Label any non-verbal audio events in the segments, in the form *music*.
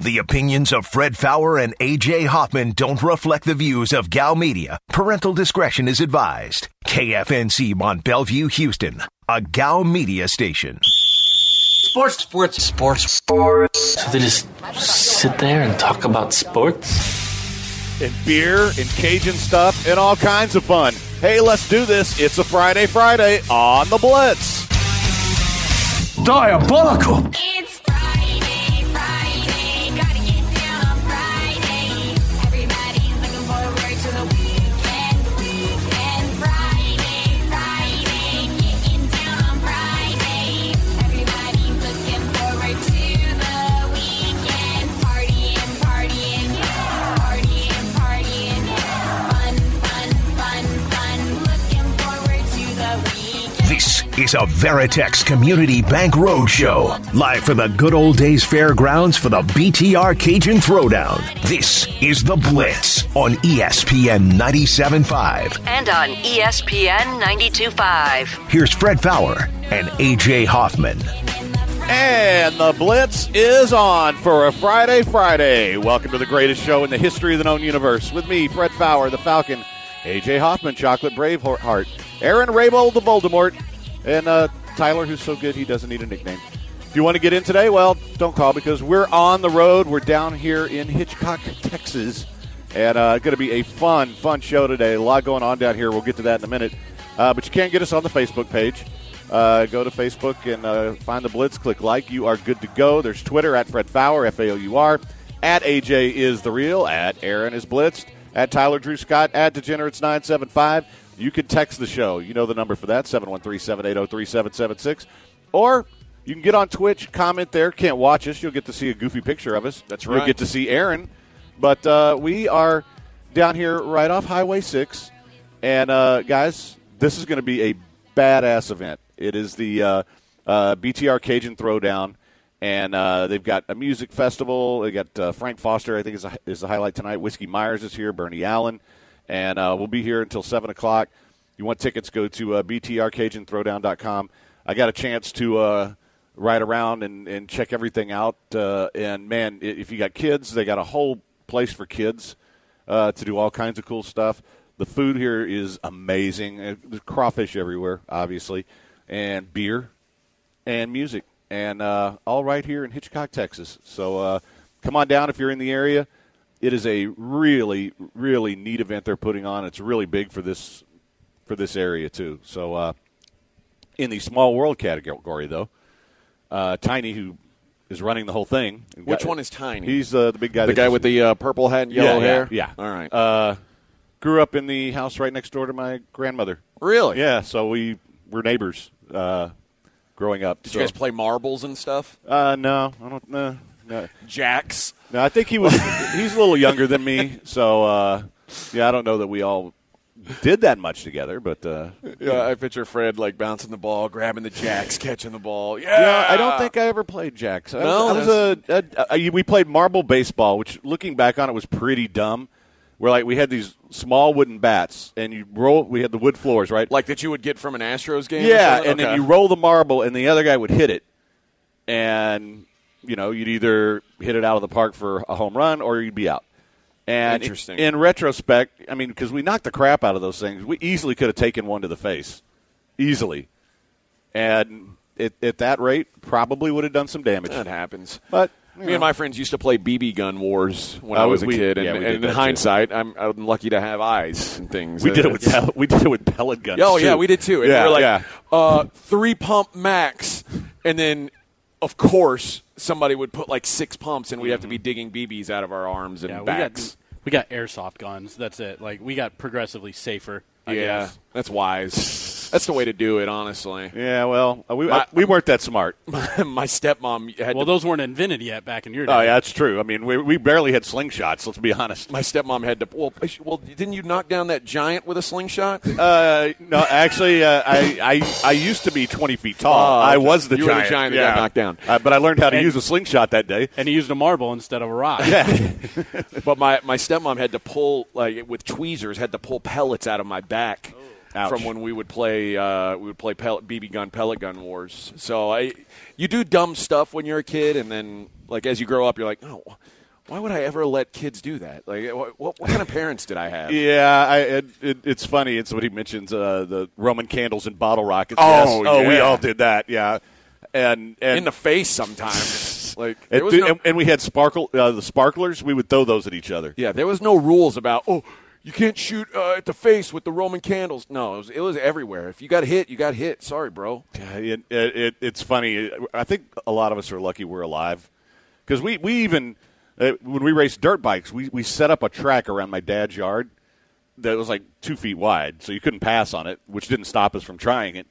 The opinions of Fred Fowler and AJ Hoffman don't reflect the views of Gal Media. Parental discretion is advised. KFNC Mont Bellevue, Houston, a Gal Media station. Sports, sports, sports, sports. So they just sit there and talk about sports? and beer and Cajun stuff and all kinds of fun. Hey, let's do this. It's a Friday, Friday on the Blitz. Diabolical. It's Friday, Friday, gotta get down on Friday. Everybody's looking forward to the weekend, weekend. Friday, Friday, getting down on Friday. Everybody's looking forward to the weekend. Partying, partying, partying, partying. Fun, fun, fun, fun. Looking forward to the weekend. This is a Veritex Community Bank Roadshow, live from the good old days fairgrounds for the BTR Cajun Throwdown. This is The Blitz on E ESPN 97.5. and on E ESPN 92.5. Here's Fred Fowler and AJ Hoffman. And the Blitz is on for a Friday, Friday. Welcome to the greatest show in the history of the known universe. With me, Fred Fowler, the Falcon, AJ Hoffman, Chocolate Braveheart, Aaron Raybold, the Voldemort, and uh, Tyler, who's so good he doesn't need a nickname. If you want to get in today, well, don't call because we're on the road. We're down here in Hitchcock, Texas. And uh, going to be a fun, fun show today. A lot going on down here. We'll get to that in a minute. Uh, but you can get us on the Facebook page. Uh, go to Facebook and uh, find the Blitz. Click like. You are good to go. There's Twitter at Fred Fowler, F A O U R. At AJ is the real. At Aaron is Blitzed. At Tyler Drew Scott. At Degenerates975. You can text the show. You know the number for that 713 780 3776. Or you can get on Twitch, comment there. Can't watch us. You'll get to see a goofy picture of us. That's You'll right. get to see Aaron. But uh, we are down here right off Highway 6. And, uh, guys, this is going to be a badass event. It is the uh, uh, BTR Cajun Throwdown. And uh, they've got a music festival. They got uh, Frank Foster, I think, is, a, is the highlight tonight. Whiskey Myers is here, Bernie Allen. And uh, we'll be here until 7 o'clock. You want tickets, go to uh, btrcajunThrowdown.com. I got a chance to uh, ride around and, and check everything out. Uh, and man, i- if you got kids, they got a whole place for kids uh, to do all kinds of cool stuff. The food here is amazing. Uh, There's crawfish everywhere, obviously, and beer and music, and uh, all right here in Hitchcock, Texas. So uh, come on down if you're in the area. It is a really, really neat event they're putting on. It's really big for this for this area too. So uh, in the small world category, though, uh, Tiny, who is running the whole thing, Which one is Tiny? He's uh, the big guy. The that guy just- with the uh, purple hat and yellow yeah, hair? Yeah, yeah. All right. Uh, grew up in the house right next door to my grandmother. really? Yeah, so we were neighbors uh, growing up. Did you guys play marbles and stuff? Uh, no, I don't. No, no, Jacks? no. I think he was. he's a little younger than me, so uh, yeah, I don't know that we all did that much together. But uh, Yeah, I picture Fred like bouncing the ball, grabbing the jacks, catching the ball. Yeah. yeah, I don't think I ever played jacks. I No, was, I was a, a, a we played marble baseball, which looking back on it was pretty dumb. Where like we had these small wooden bats, and you roll. We had the wood floors, right? Like that you would get from an Astros game? or Yeah, something? and Okay. then you roll the marble, and the other guy would hit it, and you know you'd either hit it out of the park for a home run or you'd be out. And Interesting. In retrospect, I mean, because we knocked the crap out of those things, we easily could have taken one to the face, easily, and at, at that rate, probably would have done some damage. That happens. But Me and my friends used to play BB gun wars when Oh, I was a we- kid, and, yeah, we did and that in too. hindsight, I'm, I'm lucky to have eyes and things. we did it with It's- pellet, we did it with pellet guns. Oh yeah, too. we did too. And yeah, we were like yeah. uh, three pump max, and then of course somebody would put like six pumps, and we'd have to be digging BBs out of our arms and Mm-hmm. Yeah, we backs. got we got airsoft guns. That's it. Like we got progressively safer. I yeah, guess. that's wise. That's the way to do it, honestly. Yeah, well, we, My- we weren't that *laughs* smart. My stepmom had Well, to, those weren't invented yet back in your day. Oh, yeah, that's true. I mean, we, we barely had slingshots. Let's be honest. my stepmom had to. Well, sh- well, didn't you knock down that giant with a slingshot? Uh, no, actually, uh, I, I I used to be 20 feet tall. Oh, I okay. was the You were the giant. giant that got knocked down. Uh, but I learned how to And- use a slingshot that day. And he used a marble instead of a rock. But my, my stepmom had to pull like with tweezers had to pull pellets out of my back Oh. Ouch. from when we would play uh, we would play pellet, BB gun pellet gun wars. So I you do dumb stuff when you're a kid, and then like as you grow up, you're like, oh, why would I ever let kids do that? Like, what, what, what kind of parents did I have? Yeah, I, it, it, it's funny. It's what he mentions uh, the Roman candles and bottle rockets. Oh, Yes. oh, we yeah. all did that. Yeah, and and In the *laughs* face sometimes. like and, there was thi- no- and, and we had sparkle uh, the sparklers. We would throw those at each other. Yeah, there was no rules about oh, you can't shoot uh, at the face with the Roman candles. No, it was, it was everywhere. If you got hit, you got hit. Sorry, bro. Yeah, It, it, it, it's funny. I think a lot of us are lucky we're alive because we, we even, uh, when we raced dirt bikes, we, we set up a track around my dad's yard that was like two feet wide, so you couldn't pass on it, which didn't stop us from trying it.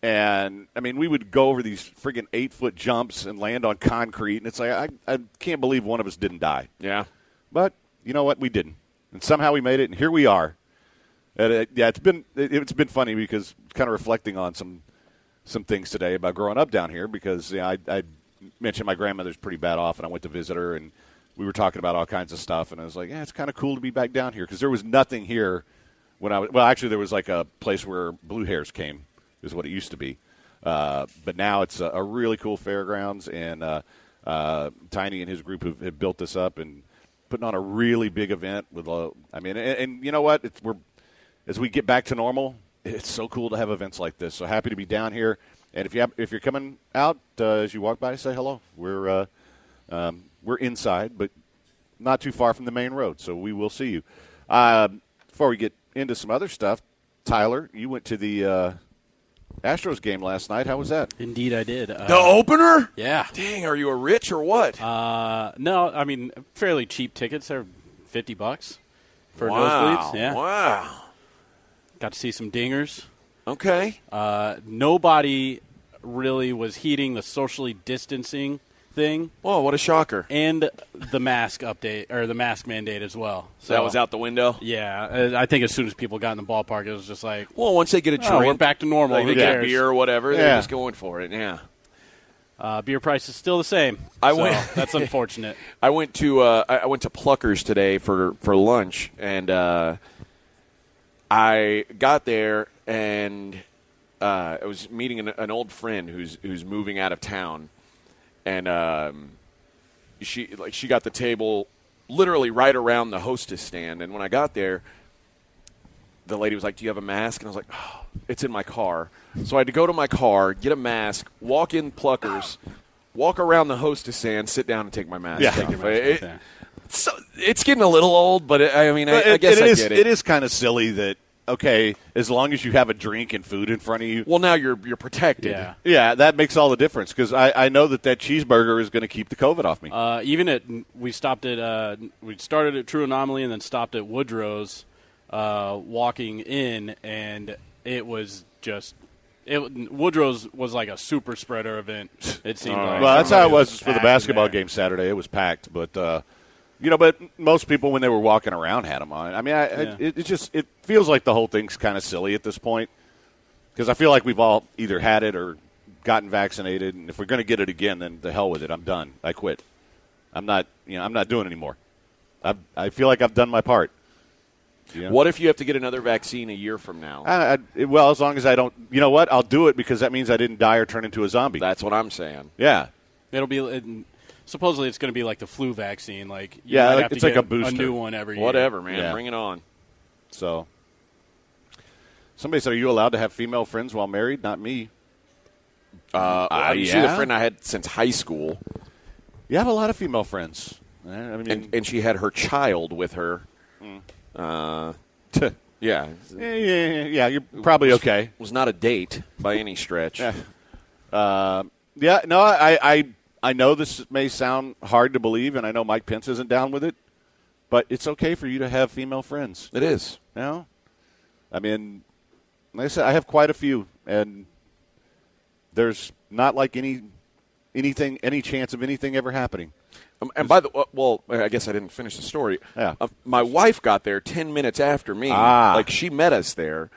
And I mean, we would go over these friggin' eight foot jumps and land on concrete, and it's like, I, I can't believe one of us didn't die. Yeah, But you know what? We didn't, and somehow we made it, and here we are. And it, yeah, it's been it, it's been funny because kind of reflecting on some some things today about growing up down here because you know, I, I mentioned my grandmother's pretty bad off, and I went to visit her, and we were talking about all kinds of stuff, and I was like, yeah, it's kind of cool to be back down here because there was nothing here when I was well, actually there was like a place where blue hairs came is what it used to be, uh, but now it's a, a really cool fairgrounds, and uh, uh, Tiny and his group have, have built this up and putting on a really big event with a, I mean, and, and you know what? It's, we're as we get back to normal, it's so cool to have events like this. So happy to be down here. And if you have, if you're coming out uh, as you walk by, say hello. We're uh, um, we're inside, but not too far from the main road, so we will see you. Um before we get into some other stuff, Tyler, you went to the uh, Astros game last night. How was that? *laughs* Indeed, I did. Uh, the opener. Yeah. Dang, are you a rich or what? Uh, no, I mean fairly cheap tickets. They're fifty bucks for wow. nosebleeds. Yeah. Wow. Got to see some dingers. Okay. Uh, nobody really was heeding the socially distancing thing Whoa, what a shocker. and the mask update or the mask mandate as well. So that was out the window. Yeah, uh, I think as soon as people got in the ballpark, it was just like Well, once they get a drink, Oh, we're back to normal. Like, they Who get a cares? beer or whatever. They're Yeah. just going for it. Yeah. uh, beer price is still the same. I so went- *laughs* that's unfortunate. I went to uh, I I went to Pluckers today for for lunch, and uh, I got there and uh, I was meeting an, an old friend who's who's moving out of town, and um, she like she got the table literally right around the hostess stand, and when I got there, the lady was like, "Do you have a mask?" And I was like, oh, "It's in my car." So I had to go to my car, get a mask, walk in Pluckers, walk around the hostess stand, sit down, and take my mask. Yeah. off. Take your mask It- off, yeah. so it's getting a little old, but it, I mean, I, I It- guess it I is- get it is kind of silly that okay, as long as you have a drink and food in front of you, Well, now you're you're protected. Yeah. Yeah, that makes all the difference because I, I know that that cheeseburger is going to keep the COVID off me. Uh, even at we stopped at uh, we started at True Anomaly and then stopped at Woodrow's, uh, walking in and it was just it Woodrow's was like a super spreader event. It seemed like well, that's how it Everybody was for the packed basketball there. game Saturday. It was packed, but uh, you know, but most people when they were walking around had them on. I mean, I, I- Yeah. it, it just it feels like the whole thing's kind of silly at this point because I feel like we've all either had it or gotten vaccinated, and if we're going to get it again, then the hell with it. I'm done. I quit. I'm not. You know, I'm not doing it anymore. I I feel like I've done my part. You know? What if you have to get another vaccine a year from now? I, I, it- well, as long as I don't, you know what? I'll do it because that means I didn't die or turn into a zombie. That's what I'm saying. yeah, It'll be it, supposedly it's going to be like the flu vaccine. Like you Yeah, might like- have to it's like get a booster. new one every year. Whatever, man. Yeah. Bring it on. so somebody said, "Are you allowed to have female friends while married?" Not me. Uh, well, She's yeah? a friend I had since high school, You have a lot of female friends. Eh, I mean, and, and she had her child with her. Mm. Uh, *laughs* yeah, eh, it yeah, yeah, yeah, yeah, you're probably okay. was not a date by any stretch. Yeah, no, I, I, I know this may sound hard to believe, and I know Mike Pence isn't down with it, but it's okay for you to have female friends. It is. No, I mean, like I said, I have quite a few, and there's not like any anything any chance of anything ever happening. Um, and by the w- well, I guess I didn't finish the story. Yeah. Uh, my wife got there ten minutes after me. Ah. Like she met us there.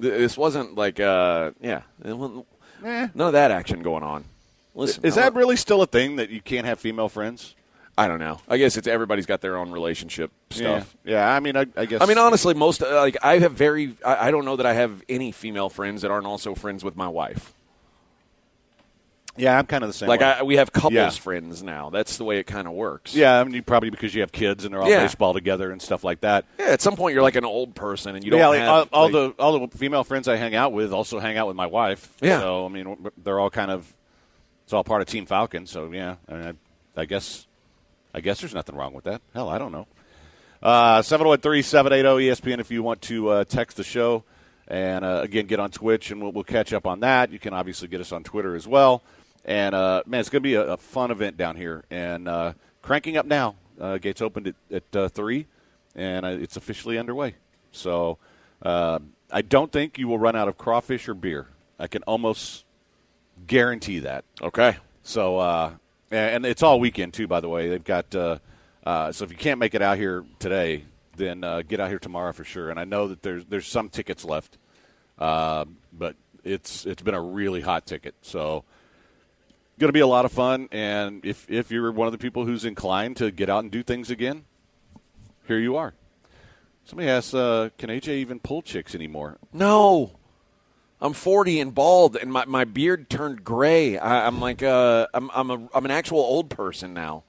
Th- This wasn't like uh, yeah, it wasn't- Eh. none of that action going on. Listen, Is I that don't- really still a thing that you can't have female friends? I don't know. I guess it's everybody's got their own relationship Yeah. stuff. yeah, I mean, I, I guess. I mean, honestly, most uh, like I have very. I, I don't know that I have any female friends that aren't also friends with my wife. yeah, I'm kind of the same. Like way. I, we have couples Yeah. friends now. That's the way it kind of works. yeah, I mean, you probably because you have kids and they're all Yeah. baseball together and stuff like that. Yeah, At some point, you're like an old person, and you don't. yeah, like, have, all, all like- the all the female friends I hang out with also hang out with my wife. Yeah. So I mean, w- they're all kind of it's all part of Team Falcon. So yeah, I, mean, I, I guess I guess there's nothing wrong with that. Hell, I don't know. Uh, Seven oh one three seven eight E zero ESPN. If you want to uh, text the show, and uh, again get on Twitch, and we'll, we'll catch up on that. You can obviously get us on Twitter as well. And uh, man, it's going to be a, a fun event down here. And uh, cranking up now. Uh, gates opened at, at uh, three, and uh, it's officially underway. So uh, I don't think you will run out of crawfish or beer. I can almost guarantee that. okay. So, uh, and it's all weekend too. By the way, they've got. Uh, uh, so if you can't make it out here today, then uh, get out here tomorrow for sure. And I know that there's there's some tickets left, uh, but it's it's been a really hot ticket. So, going to be a lot of fun. And if if you're one of the people who's inclined to get out and do things again, here you are. Somebody asks, uh, can AJ even pull chicks anymore? No. I'm 40 and bald, and my, my beard turned gray. I, I'm like uh, I'm I'm, a, I'm an actual old person now.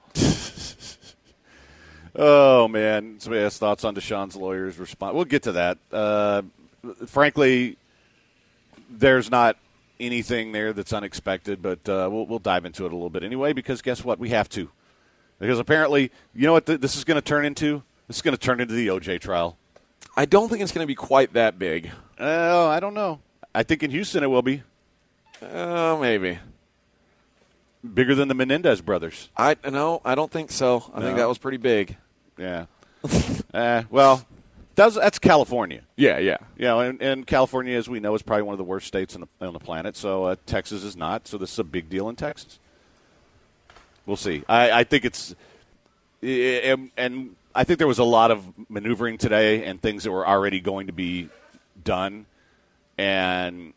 Oh man, somebody has thoughts on Deshaun's lawyer's response. We'll get to that. Uh, frankly, there's not anything there that's unexpected, but uh, we'll, we'll dive into it a little bit anyway. Because guess what? We have to. Because apparently, you know what th- this is going to turn into? This is going to turn into the OJ trial. I don't think it's going to be quite that big. Oh, I don't know. I think in Houston it will be Uh, maybe. bigger than the Menendez brothers. I no, I don't think so. I think No. that was pretty big. Yeah. *laughs* uh, well, that's, that's California. Yeah, yeah. you know, and, and California, as we know, is probably one of the worst states on the, on the planet. So uh, Texas is not. So this is a big deal in Texas. We'll see. I, I think it's, i- and, and I think there was a lot of maneuvering today and things that were already going to be done. And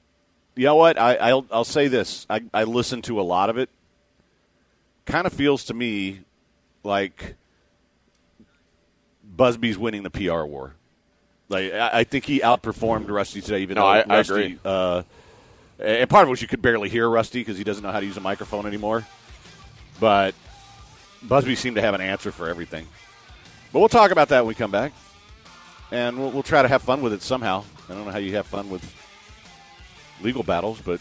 you know what? I, I'll, I'll say this. I, I listened to a lot of it. Kind of feels to me like Busby's winning the PR war. Like I, I think he outperformed Rusty today. Even No, though I- I Rusty, agree. Uh, and part of it was you could barely hear Rusty because he doesn't know how to use a microphone anymore. But Busby seemed to have an answer for everything. But we'll talk about that when we come back, and we'll, we'll try to have fun with it somehow. I don't know how you have fun with legal battles, but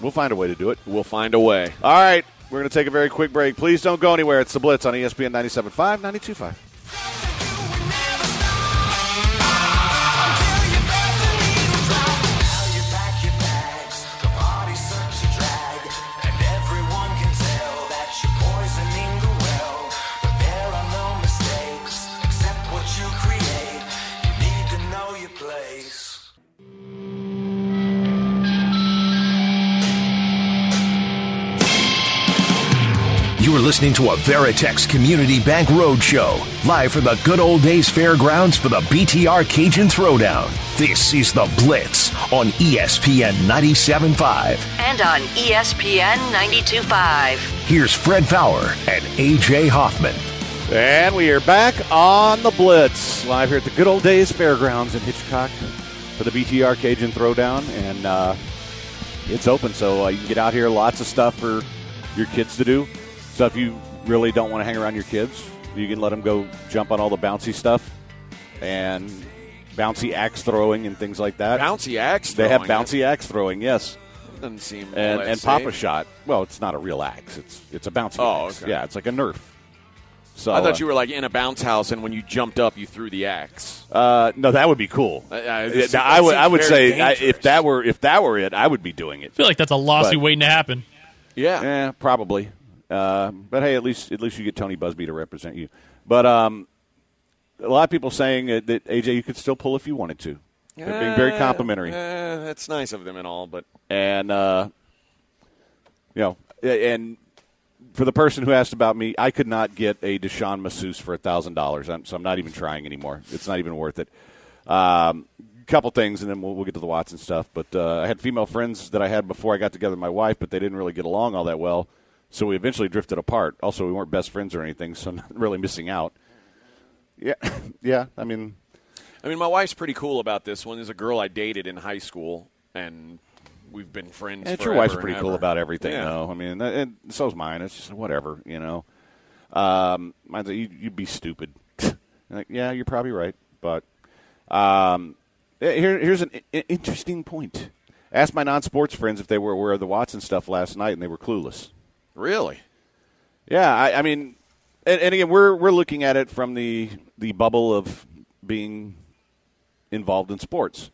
we'll find a way to do it. We'll find a way. All right, we're going to take a very quick break. Please don't go anywhere. It's the Blitz on E ESPN 97.5, 92.5. Place. You're listening to a Veritex Community Bank Roadshow, live from the good old days fairgrounds for the BTR Cajun Throwdown. This is The Blitz on E ESPN 97.5. and on E ESPN 92.5. Here's Fred Fowler and A.J. Hoffman. And we are back on the Blitz, live here at the good old days fairgrounds in Hitchcock for the BTR Cajun Throwdown. And uh, it's open, so uh, you can get out here. Lots of stuff for your kids to do. So if you really don't want to hang around your kids, you can let them go jump on all the bouncy stuff and bouncy axe throwing and things like that. Bouncy axe. they have throwing. bouncy axe throwing, yes That Doesn't seem all and, that and safe. Papa Shot. Well, it's not a real axe. It's it's a bouncy Oh, axe. okay. Yeah, it's like a Nerf. So I thought you were like in a bounce house, and when you jumped up, you threw the axe. Uh, no, that would be cool. Uh, uh, Yeah, this- now, that I would seems I would very say I, if dangerous. that were if that were it, I would be doing it. I feel like that's a lawsuit But- waiting to happen. Yeah. Yeah, probably. Uh, but hey, at least at least you get Tony Busby to represent you. But um, a lot of people saying that, that AJ you could still pull if you wanted to. They're being very complimentary. Uh, that's nice of them and all, but and uh, you know, a- and for the person who asked about me, I could not get a Deshaun masseuse for thousand dollars, so I'm not even trying anymore. It's not even worth it. Um, couple things, and then we'll, we'll get to the Watson stuff. But uh, I had female friends that I had before I got together with my wife, but they didn't really get along all that well. So we eventually drifted apart. Also, we weren't best friends or anything, so *laughs* not really missing out. Yeah, *laughs* yeah. I mean, I mean, my wife's pretty cool about this one. There's a girl I dated in high school, and we've been friends. it's forever your wife's and pretty cool ever. about everything, Yeah. though. I mean, that- and so's mine. It's just whatever, you know. Um, mine's like, you, you'd be stupid. *laughs* like, yeah, you're probably right, but um, eh, here, here's an i- i- interesting point. Asked my non-sports friends if they were aware of the Watson stuff last night, and they were clueless. Really? Yeah, I, I mean, and, and again, we're we're looking at it from the the bubble of being involved in sports,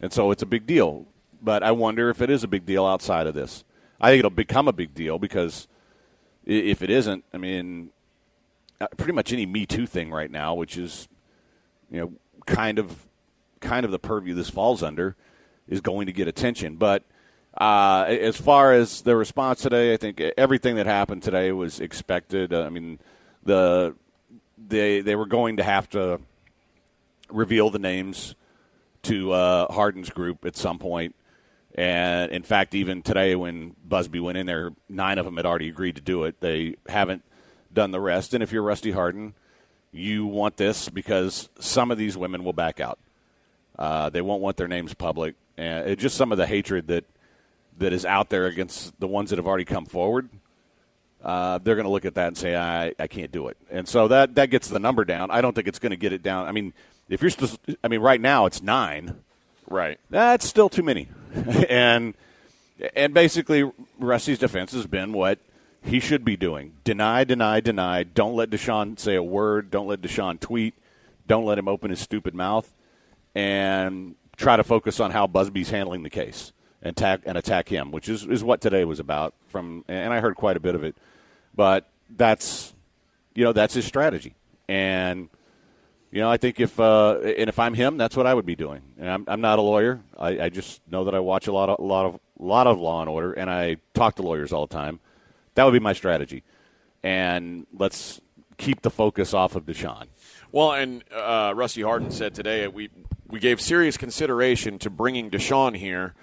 and so it's a big deal. But I wonder if it is a big deal outside of this. I think it'll become a big deal because i- if it isn't, I mean, uh, pretty much any Me Too thing right now, which is you know kind of kind of the purview this falls under, is going to get attention. But uh, as far as the response today, I think everything that happened today was expected. Uh, I mean, the they they were going to have to reveal the names to uh, Harden's group at some point. And in fact, even today, when Busby went in there, nine of them had already agreed to do it. They haven't done the rest. And if you're Rusty Harden, you want this because some of these women will back out. Uh, they won't want their names public, and it's just some of the hatred that that is out there against the ones that have already come forward. Uh, they're going to look at that and say, I, "I can't do it," and so that that gets the number down. I don't think it's going to get it down. I mean, if you're still, I mean, right now it's nine Right. that's still too many. *laughs* and and basically, Rusty's defense has been what he should be doing: deny, deny, deny. Don't let Deshaun say a word. Don't let Deshaun tweet. Don't let him open his stupid mouth. And try to focus on how Busby's handling the case and attack and attack him, which is is what today was about. From and I heard quite a bit of it, but that's you know that's his strategy and. You know, I think if uh, and if I'm him, that's what I would be doing. And I'm, I'm not a lawyer. I, I just know that I watch a lot of lot of lot of Law and Order, and I talk to lawyers all the time. That would be my strategy. And let's keep the focus off of Deshaun. Well, and uh, Rusty Harden said today we we gave serious consideration to bringing Deshaun here,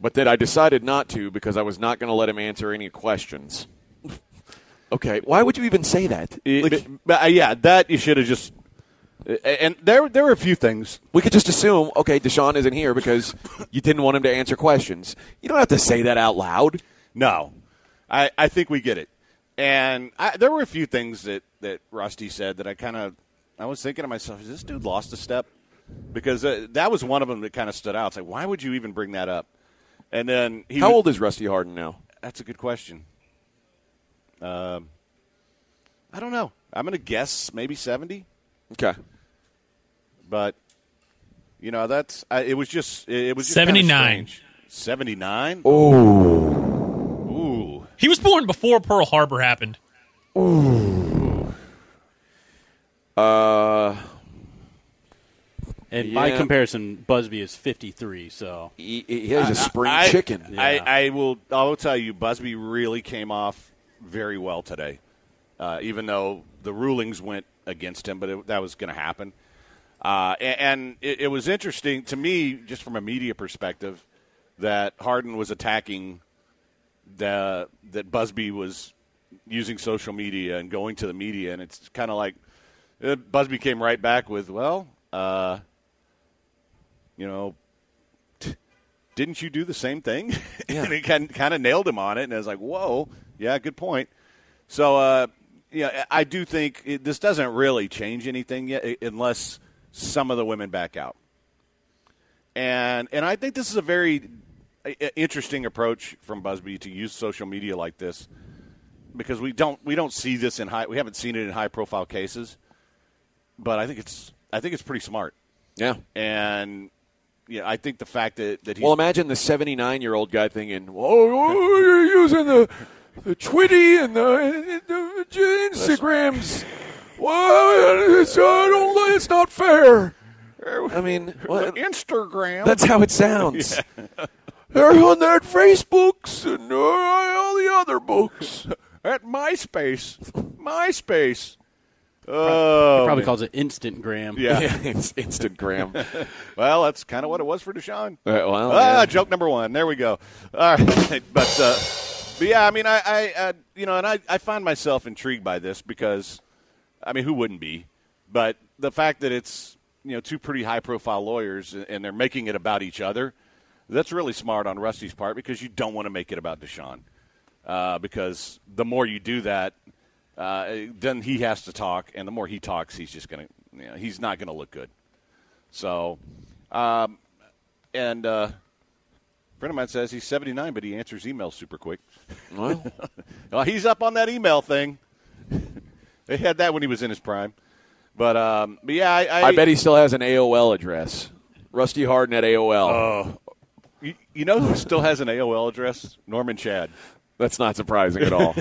but that I decided not to because I was not going to let him answer any questions. *laughs* okay, why would you even say that? Like, But- but, uh, yeah, that you should have just. And there there were a few things we could just assume okay, Deshaun isn't here because you didn't want him to answer questions. You don't have to say that out loud. No, I, I think we get it. And I, there were a few things that, that Rusty said that I kind of I was thinking to myself, is this dude lost a step? Because uh, that was one of them that kind of stood out. It's like, why would you even bring that up? And then he How was- old is Rusty Harden now? That's a good question. Um, I don't know. I'm gonna guess maybe seventy, Okay. but you know that's I, it was just it, it was just kinda 79. strange. 79? Ooh. He was born before Pearl Harbor happened. Uh, And by Yeah. comparison, Busby is 53, so he, he has a spring I- chicken. I, Yeah. I will. I will tell you, Busby really came off very well today, uh, even though the rulings went against him. But it, that was going to happen, uh, a- and, it, it was interesting to me, just from a media perspective, that Harden was attacking the that Busby was using social media and going to the media, and it's kind of like uh, Busby came right back with, "Well, uh, you know." didn't you do the same thing? *laughs* and it kind, kind of nailed him on it. And I was like, whoa, yeah, good point. So, uh, yeah, I I do think it, this doesn't really change anything yet, i- unless some of the women back out. And and I think this is a very i- i- interesting approach from Busby to use social media like this, because we don't we don't see this in high we haven't seen it in high profile cases, but I think it's I think it's pretty smart. yeah. And yeah, I think the fact that that he's Well, imagine the 79 year old guy thinking, oh, you're using the, the Twitty and the, and the Instagrams. Well, it's, I don't, like- it's not fair. I mean, what- Instagram. that's how it *laughs* sounds. They're on their Facebooks and uh, all the other books. at MySpace. MySpace. Oh, probably man. calls it instant gram. Yeah. *laughs* it's Instagram. *laughs* Uh, Well, that's kind of what it was for Deshaun. well, ah, yeah. joke number one. There we go. All right, *laughs* but uh, But yeah, I mean, I, I, I you know, and I, I find myself intrigued by this because, I mean, who wouldn't be? But the fact that it's you know two pretty high profile lawyers and they're making it about each other, that's really smart on Rusty's part because you don't want to make it about Deshaun, uh, because the more you do that, uh, then he has to talk, and the more he talks, he's just gonna, you know, he's not gonna look good. So, um, and. Uh, friend of mine says he's 79, but he answers emails super quick. Well, *laughs* Well, he's up on that email thing. *laughs* they had that when he was in his prime. But, um, but yeah, I, I, I bet he still has an AOL address. Rusty Harden at Oh. AOL. You, you know who still has an AOL address? Norman Chad. That's not surprising at *laughs* all.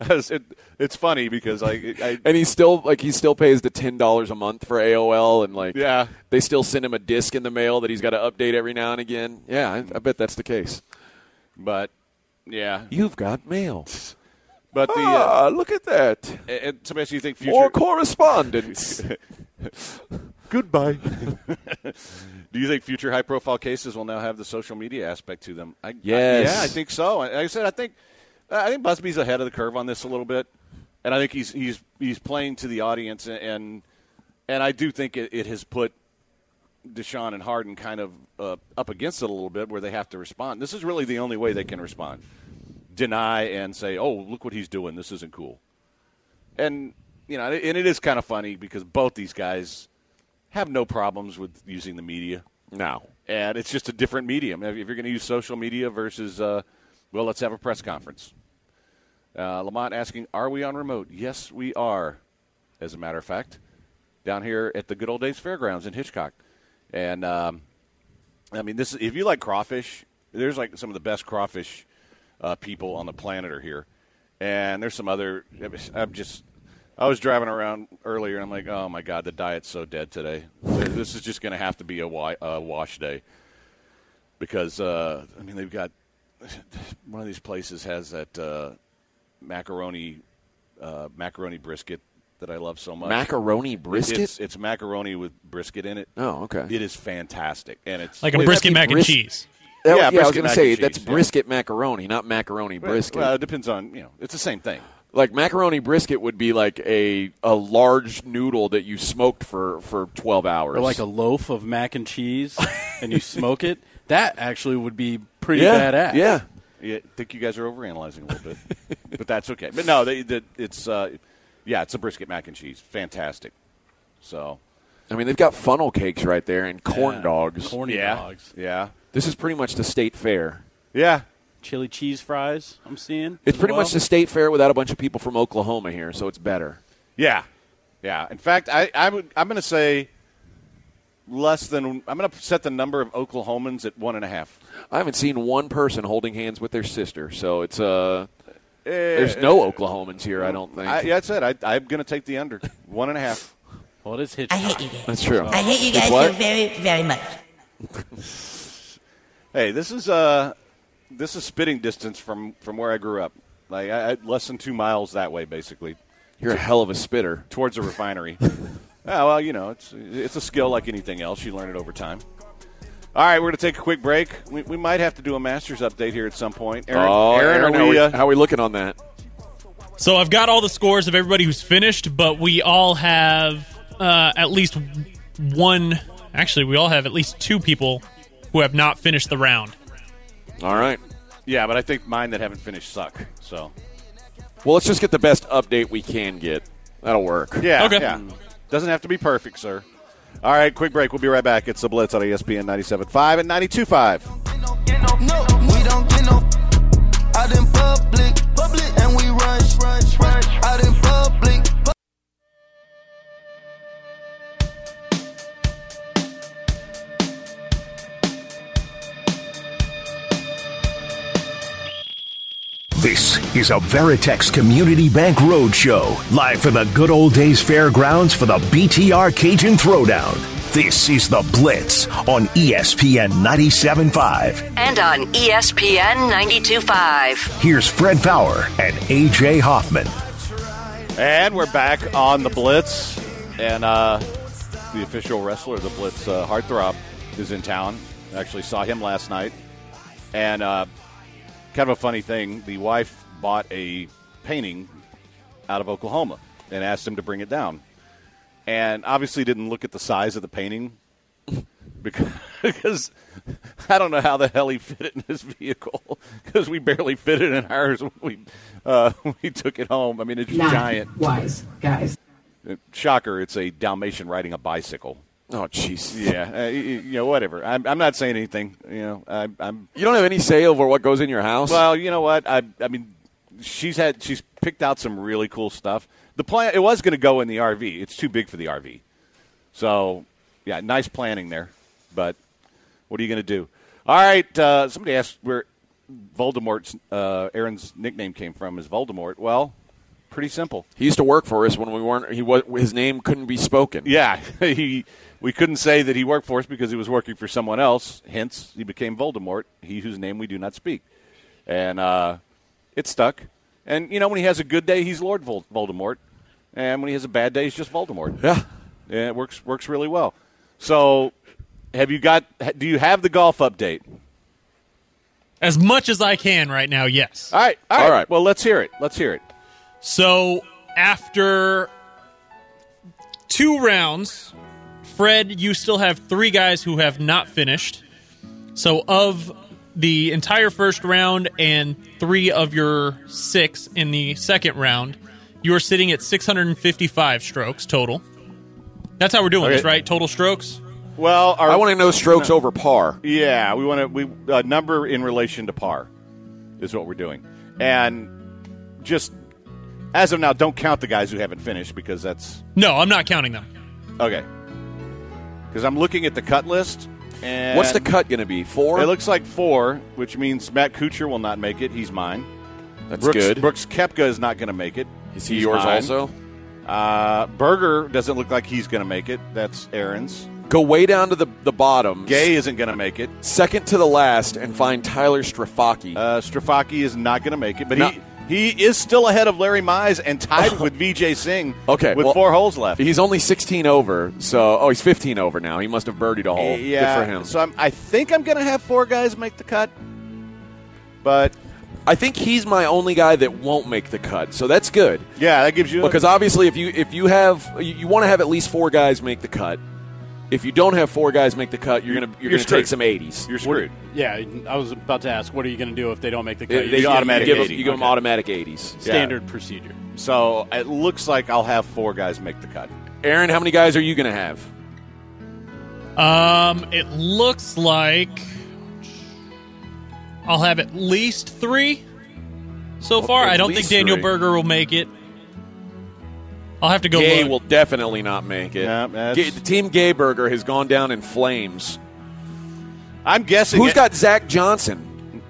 I was- it- it's funny because I, I *laughs* and he still like he still pays the ten dollars a month for AOL, and like Yeah. they still send him a disc in the mail that he's got to update every now and again. Yeah, I, I bet that's the case. but yeah, You've got mail. but the uh, Ah, look at that. and- and sometimes you think future. More *laughs* correspondence. Goodbye. Do you think future high profile cases will now have the social media aspect to them? I, Yes. I, yeah, I think so. And Like I said, I think I think Busby's ahead of the curve on this a little bit, and I think he's he's he's playing to the audience, and and I do think it, it has put Deshaun and Harden kind of uh, up against it a little bit, where they have to respond. This is really the only way they can respond: deny and say, "Oh, look what he's doing. This isn't cool." And you know, and it is kind of funny because both these guys have no problems with using the media. no. And it's just a different medium. If you're going to use social media versus, uh, well, let's have a press conference. Uh, Lamont asking, are we on remote? Yes, we are, as a matter of fact, down here at the good old days fairgrounds in Hitchcock. And, um, I mean, this if you like crawfish, there's like some of the best crawfish uh, people on the planet are here, and there's some other. I'm just, I was driving around earlier, and I'm like, oh my god, the diet's so dead today. this is just going to have to be a wa- uh, wash day because uh, I mean they've got *sighs* one of these places has that uh, macaroni uh, macaroni brisket that I love so much. Macaroni brisket. It's, it's macaroni with brisket in it. Oh, okay. It is fantastic, and it's Like a Wait, brisket that'd be mac and bris- cheese. That- Yeah, yeah, I brisket was going mac to say and that's cheese, yeah. brisket macaroni, not macaroni brisket. Well, it depends on you know. It's the same thing. like macaroni brisket would be like a a large noodle that you smoked for for 12 hours. Or like a loaf of mac and cheese and you *laughs* smoke it. That actually would be pretty yeah, badass. Yeah. Yeah, I think you guys are overanalyzing a little *laughs* bit, but that's okay. But no, they, they, it's uh, yeah, it's a brisket mac and cheese. Fantastic. So I mean, they've got funnel cakes right there and corn Yeah. dogs. Corny yeah, dogs. yeah, This is pretty much the state fair. yeah. Chili cheese fries, I'm seeing. It's as pretty well. much the state fair without a bunch of people from Oklahoma here, so it's better. Yeah, yeah. In fact, I, I would, I'm going to say less than I'm going to set the number of Oklahomans at one and a half. I haven't seen one person holding hands with their sister, so it's uh There's there's no Oklahomans here, I don't think. Eh. I, yeah, that's it. I, I'm going to take the under one and a half. Well, it is I Hitchcock. hate you guys. That's true. I hate you It's guys what? so very, very much. Hey, this is uh, this is spitting distance from from where I grew up. Like I, I, less than two miles that way, basically. You're a hell of a spitter. towards a refinery. *laughs* oh, well, you know, it's it's a skill like anything else. You learn it over time. All right, we're going to take a quick break. We, we might have to do a Masters update here at some point. Aaron, oh, Aaron, are how, we, we, uh, how we looking on that? So I've got all the scores of everybody who's finished, but we all have uh, at least one. Actually, we all have at least two people who have not finished the round. All right. yeah, but I think mine that haven't finished suck. So Well, let's just get the best update we can get. That'll work. yeah, Okay. yeah. doesn't have to be perfect, sir. All right, quick break. We'll be right back. It's the Blitz on E ESPN 97.5 and 92.5. No, we don't get no out in public, public, and we rush, rush, rush out in public. pu- This is a Veritex Community Bank Roadshow, live from the good old days fairgrounds for the BTR Cajun Throwdown. This is The Blitz on E ESPN 97.5. and on E ESPN 92.5. Here's Fred Fowler and AJ Hoffman. And we're back on the Blitz, and uh, the official wrestler of the Blitz, uh, Heartthrob, is in town. I actually saw him last night, and uh, kind of a funny thing. The wife bought a painting out of Oklahoma and asked him to bring it down, and obviously didn't look at the size of the painting *laughs* because, because I don't know how the hell he fit it in his vehicle *laughs* because we barely fit it in ours when we uh, *laughs* when we took it home. I mean, it's Not giant. wise, guys. Shocker! It's a Dalmatian riding a bicycle. Oh, jeez. Yeah, uh, y- y- you know, whatever. I'm, I'm not saying anything. You know, I, I'm. You don't have any say over what goes in your house. Well, you know what? I, I mean, she's had she's picked out some really cool stuff. The plan it was going to go in the RV. It's too big for the RV. So, yeah, nice planning there. But what are you going to do? All right. Uh, somebody asked where Voldemort's uh, Aaron's nickname came from. Is Voldemort? Well, pretty simple. he used to work for us when we weren't. He was his name couldn't be spoken. Yeah, *laughs* he. We couldn't say that he worked for us because he was working for someone else. Hence, he became Voldemort, he whose name we do not speak, and uh, it stuck. And you know, when he has a good day, he's Lord Vol- Voldemort, and when he has a bad day, he's just Voldemort. Yeah, and it works works really well. So, have you got? ha- Do you have the golf update? As much as I can right now, yes. All right, all right. Well, let's hear it. Let's hear it. So after two rounds, Fred, you still have three guys who have not finished. So of the entire first round and three of your six in the second round, you are sitting at 655 strokes total. That's how we're doing this, Okay. right? Total strokes. Well, our, I want to know strokes over par. Yeah, we want to we uh, number in relation to par is what we're doing, and just as of now, don't count the guys who haven't finished because that's No, I'm not counting them. okay. Because I'm looking at the cut list, and What's the cut going to be? Four. It looks like four, which means Matt Kuchar will not make it. He's mine. That's Brooks, good. Brooks Kepka is not going to make it. Is he He's yours mine. also? Uh, Berger doesn't look like he's going to make it. That's Aaron's. Go way down to the the bottom. Gay isn't going to make it. Second to the last, and find Tyler Strafaki. Uh, Strafaki is not going to make it, but No. Oh. he he is still ahead of Larry Mize and tied with VJ Singh. Okay, with well, four holes left. He's only 16 over, so oh, he's 15 over now. He must have birdied a hole. yeah, Good for him. So I'm, I think I'm going to have four guys make the cut, but I think he's my only guy that won't make the cut, so that's good. yeah, that gives you Because obviously, if you if you have you, you want to have at least four guys make the cut. If you don't have four guys make the cut, you're gonna you're, You're gonna take screwed. some 80s. you're screwed. Yeah, I was about to ask, what are you going to do if they don't make the cut? They- You they- just you automatic give 'em- 80. you give them Okay. automatic 80s. standard procedure. So it looks like I'll have four guys make the cut. Aaron, how many guys are you gonna have? Um, it looks like I'll have at least three Oh, so far. at I don't think least Daniel three. Berger will make it. I'll have to go. Gay look. will definitely not make it. Yeah, that's- Gay, the team Gayberger has gone down in flames. I'm guessing Who's it- got Zach Johnson?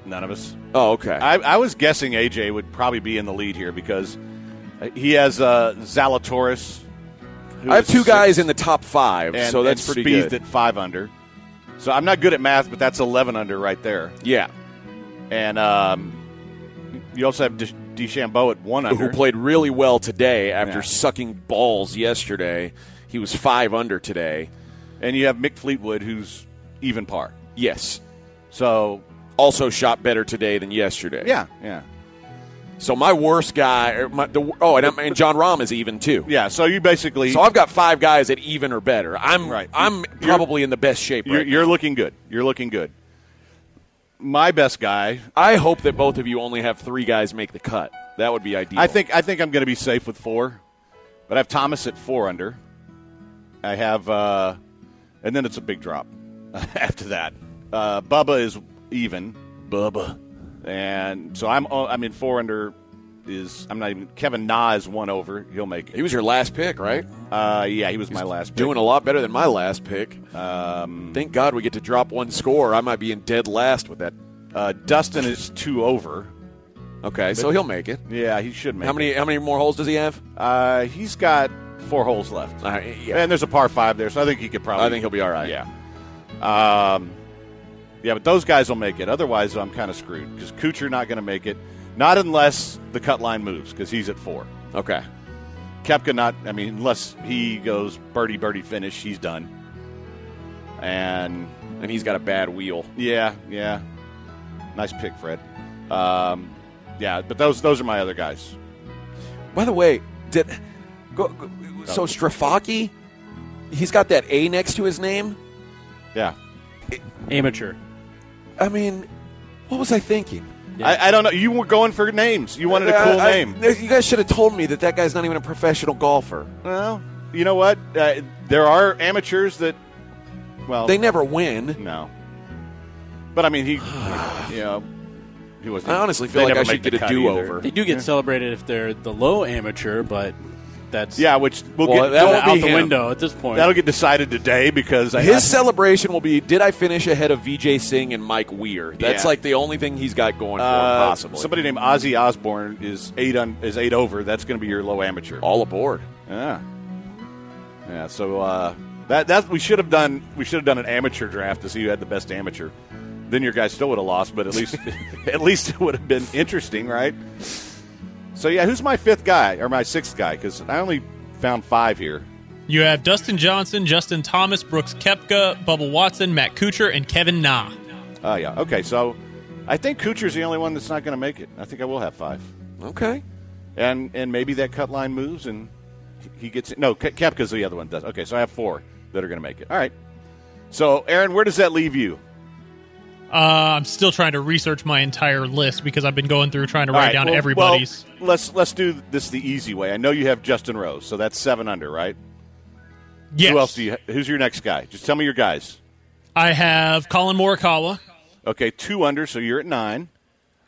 none of us. Oh, okay. I, I was guessing AJ would probably be in the lead here because he has uh, Zalatoris. who I have is two six- guys in the top five, and, so that's and pretty Spieth good. at five under. So I'm not good at math, but that's 11 under right there. yeah, And um, you also have Desh- DeChambeau at one under. who played really well today after Yeah. sucking balls yesterday. He was five under today. and you have Mick Fleetwood, who's even par. Yes, So also shot better today than yesterday. yeah, yeah, So my worst guy, or my, the, oh, and, I'm- and John Rahm is even too. yeah. So you basically So I've got five guys at even or better. I'm Right. I'm You're- probably in the best shape. you're, right now. you're looking good. You're looking good. My best guy. I hope that both of you only have three guys make the cut. That would be ideal. I think I think I'm going to be safe with four, but I have Thomas at four under. I have, uh, and then it's a big drop *laughs* after that. Uh, Bubba is even. Bubba, and so I'm I'm in four under. Is I'm not even Kevin Na is one over. He'll make he it. was your last pick, right? Uh, yeah, he was my last. pick. Doing a lot better than my last pick. Um, Thank God we get to drop one score. I might be in dead last with that. Uh, Dustin is two over. Okay, so he'll make it. Yeah, he should make. How many? It. How many more holes does he have? Uh, he's got four holes left, Uh, yeah. and there's a par five there, so I think he could probably. I think he'll be all right. Yeah. Um, yeah, but those guys will make it. Otherwise, I'm kind of screwed because Kuchar not going to make it. Not unless the cut line moves because he's at four. Okay. Kepka not. I mean, unless he goes birdie birdie finish, he's done. And And he's got a bad wheel. yeah, yeah. Nice pick, Fred. Um, yeah, but those those are my other guys. By the way, did go, go- Oh. so Strafaki? He's got that A next to his name. Yeah. Amateur. I mean, what was I thinking? I, I don't know. You were going for names. You wanted a I- cool Uh, I- name. you guys should have told me that that guy's not even a professional golfer. Well, you know what? Uh, there are amateurs that, well, They never win. no. But I mean, *sighs* he, you know, he was. I honestly feel like I should get a do-over. They do get celebrated if they're the low amateur, but that's Yeah, which we'll, Well, get that that'll won't out be the him. window at this point. that'll get decided today because I His celebration will be: Did I finish ahead of VJ Singh and Mike Weir? That's Yeah. like the only thing he's got going for him, uh, possibly. somebody named Ozzy Osbourne is eight on is eight over. That's going to be your low amateur. all aboard. Yeah. Yeah. So uh, that that we should have done we should have done an amateur draft to see who had the best amateur. Then your guy still would have lost, but at least *laughs* at least it would have been interesting, right? So yeah, who's my fifth guy or my sixth guy? Because I only found five here. You have Dustin Johnson, Justin Thomas, Brooks Kepka, Bubba Watson, Matt Kuchar, and Kevin Na. Oh yeah, okay. So I think Kuchar's the only one that's not going to make it. I think I will have five, Okay. and and maybe that cut line moves and he gets no Ke- Kepka's the other one. Does okay? So I have four that are going to make it. All right. So Aaron, where does that leave you? Uh, I'm still trying to research my entire list because I've been going through trying to write All right, down well- everybody's. well, let's let's do this the easy way. I know you have Justin Rose, so that's seven under, right? yes. Who else do you? Who's your next guy? Just tell me your guys. I have Colin Morikawa. Okay, two under, so you're at nine.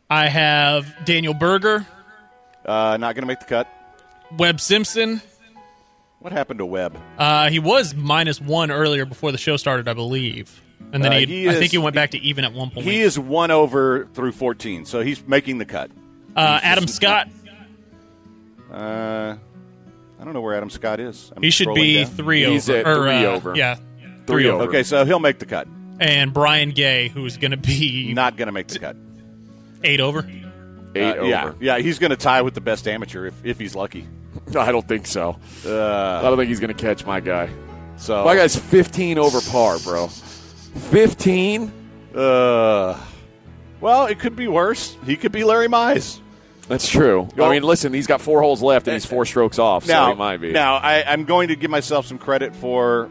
I have Daniel Berger, Uh, not going to make the cut. Webb Simpson. What happened to Webb? Uh, he was minus one earlier before the show started, I believe. And then Uh, he, he I is- think he went back to even at one point. He is one over through fourteen, so he's making the cut. uh, Adam Scott, Uh, I don't know where Adam Scott is. I'm he should scrolling be down. three He's over. at or, three uh, over. Yeah. Three over. Okay, so he'll make the cut. And Brian Gay, who's going to be Not going to make the cut. eight over. Eight Uh, over. *laughs* Yeah, yeah, he's going to tie with the best amateur if, if he's lucky. No, I don't think so. Uh. I don't think he's going to catch my guy. So My guy's 15 over par, bro. 15? Uh, well, it could be worse. He could be Larry Mize. That's true. I mean, listen, he's got four holes left and he's four strokes off, so now, he might be. now I, I'm going to give myself some credit for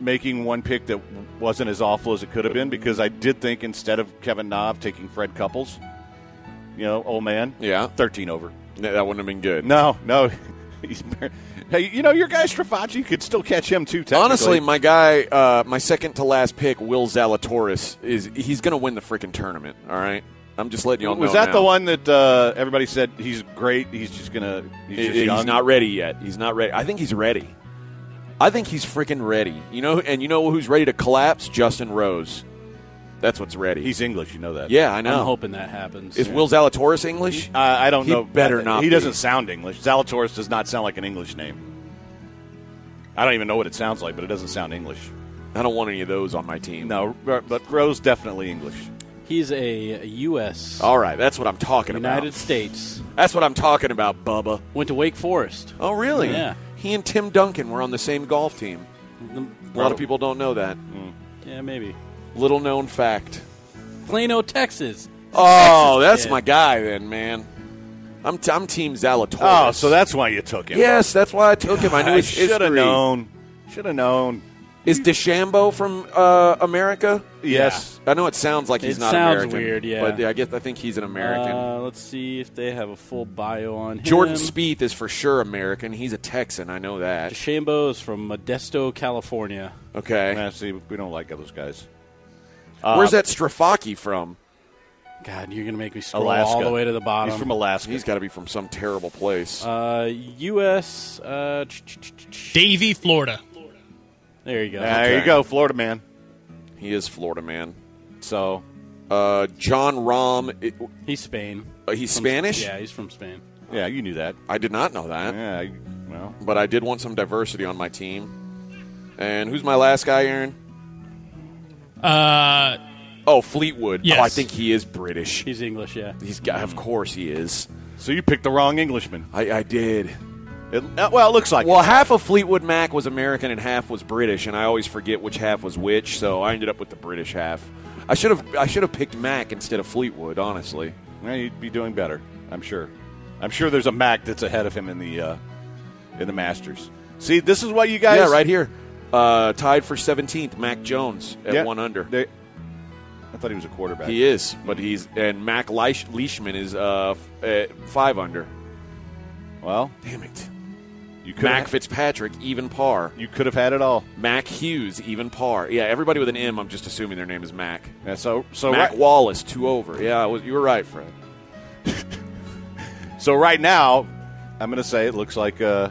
making one pick that wasn't as awful as it could have been because I did think instead of Kevin Knob taking Fred Couples, you know, old man, Yeah. 13 over. No, that wouldn't have been good. No, no. *laughs* He's, hey, you know, your guy Strafacci could still catch him too. Technically. Honestly, my guy, uh, my second to last pick, Will Zalatoris, is he's going to win the freaking tournament. All right, I'm just letting y'all know. was that now. the one that uh, everybody said he's great? He's just gonna. He's, He- just he's young? not ready yet. He's not ready. I think he's ready. I think he's freaking ready. You know, and you know who's ready to collapse? Justin Rose. That's what's ready. He's English, you know that. yeah, I know. I'm hoping that happens. is Will Zalatoris English? Uh, I I don't He know. Uh, better not He be. doesn't sound English. Zalatoris does not sound like an English name. I don't even know what it sounds like, but it doesn't sound English. I don't want any of those on my team. No, r- but Rose definitely English. He's a U.S. All right, that's what I'm talking United about. States. That's what I'm talking about, Bubba. Went to Wake Forest. Oh, really? Yeah. He and Tim Duncan were on the same golf team. A lot of people don't know that. Yeah, maybe. Little known fact. Plano, Texas. Oh, that's kid. my guy then, man. I'm, t- I'm Team Zalatoris. Oh, so that's why you took him. Yes, that's why I took him. I knew I his should have history. known. Should have known. Is DeChambeau from uh, America? Yes. I know it sounds like he's It not sounds American. weird, yeah. But I guess I think he's an American. Uh, let's see if they have a full bio on him. Jordan Spieth is for sure American. He's a Texan. I know that. DeChambeau is from Modesto, California. Okay. Uh, Nah, see, we don't like those guys. Where's that Strafaki from? God, you're gonna make me scroll Alaska. all the way to the bottom. He's from Alaska. He's got to be from some terrible place. uh, U.S. Uh, ch- ch- ch- ch- Davy, Florida. there you go. there you go, Florida man. he is Florida man. So Uh, John Rahm. It, He's Spain. uh, he's From- Spanish. Yeah, he's from Spain. yeah, you knew that. I did not know that, Yeah. you- Well, but I did want some diversity on my team. And who's my last guy, Aaron? Uh, Oh, Fleetwood. Yes. Oh, I think he is British. He's English. Yeah. He's got, of course he is. so you picked the wrong Englishman. I, I did. It, uh, well, it looks like. Well, half of Fleetwood Mac was American and half was British, and I always forget which half was which, so I ended up with the British half. I should have I should have picked Mac instead of Fleetwood. Honestly, Yeah, you'd be doing better, I'm sure. I'm sure there's a Mac that's ahead of him in the uh, in the Masters. See, this is why you guys. yeah, right here, uh, tied for 17th. Mac Jones at Yeah, one under. they- I thought he was a quarterback. He is, but he's and Mac Leish, Leishman is uh, f- at five under. Well, Damn it, you could Mac have, Fitzpatrick even par. you could have had it all. Mac Hughes even par. Yeah, everybody with an M. I'm just assuming their name is Mac. Yeah, so so Mac right, Wallace two over. Yeah, I was, you were right, Fred. so right now, I'm going to say it looks like uh,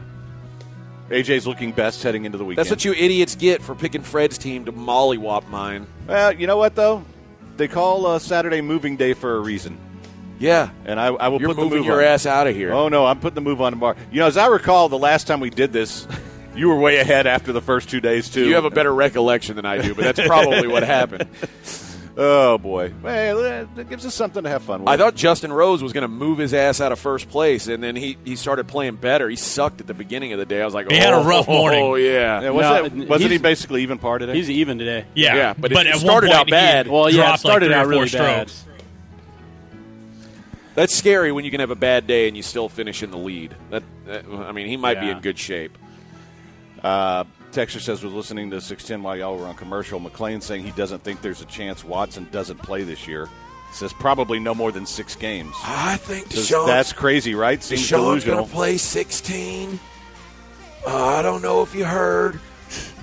AJ's looking best heading into the weekend. That's what you idiots get for picking Fred's team to mollywop mine. Well, you know what though, they call uh, Saturday moving day for a reason, Yeah, and I, I will you're put the moving move your on. ass out of here. Oh no, I'm putting the move on tomorrow. You know, as I recall, the last time we did *laughs* this, you were way ahead after the first two days too. You have a better recollection than I do, but *laughs* that's probably what happened. oh boy, well, that that gives us something to have fun with. I thought Justin Rose was going to move his ass out of first place, and then he, he started playing better. He sucked at the beginning of the day. I was like, He had a oh, rough morning. Oh yeah, Yeah, was No, that, wasn't he he's- basically even par today? He's even today. Yeah, Yeah, but it- it at one started point, out bad. He Well, yeah, it dropped like started three or out four really bad. strokes. that's scary when you can have a bad day and you still finish in the lead. That, that- I mean, he might be Yeah. in good shape. Uh, Texture says was listening to 610 while y'all were on commercial. McLean saying he doesn't think there's a chance Watson doesn't play this year. Says probably no more than six games. I think Says, that's crazy, right? Seems delusional. play 16. I don't know if you heard,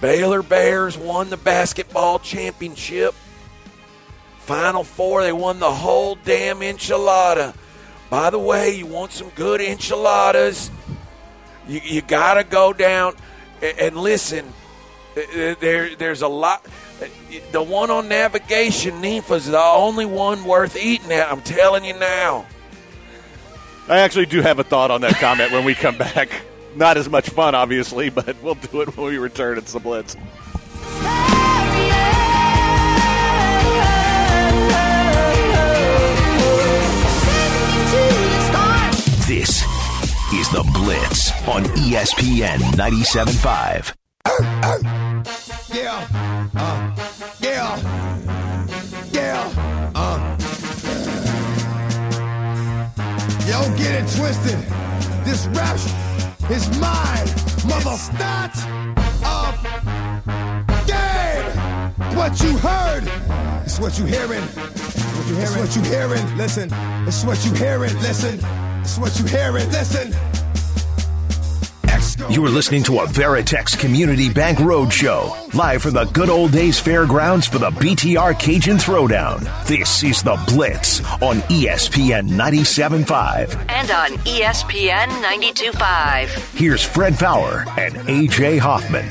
Baylor Bears won the basketball championship. Final four, they won the whole damn enchilada. By the way, you want some good enchiladas? You, you got to go down and, and listen. There, there- there's a lot. The one on navigation, Nefa's the only one worth eating at. I'm telling you now. I actually do have a thought on that comment when we come *laughs* back. Not as much fun, obviously, but we'll do it when we return. It's the Blitz. This is the Blitz on E ESPN 97.5. Yeah, uh, yeah, yeah, uh. Yo, get it twisted. This rap sh- is mine, mother. Start of game. What you heard is what you hearing. What you hearing? It's what you hearing. Listen, it's what you hearing. Listen, it's what you hearing. Listen. X go- You are listening to a Veritex Community Bank Roadshow, live from the good old days fairgrounds for the BTR Cajun Throwdown. This is the Blitz on E ESPN 97.5. and on E ESPN 92.5. Here's Fred Fowler and AJ Hoffman.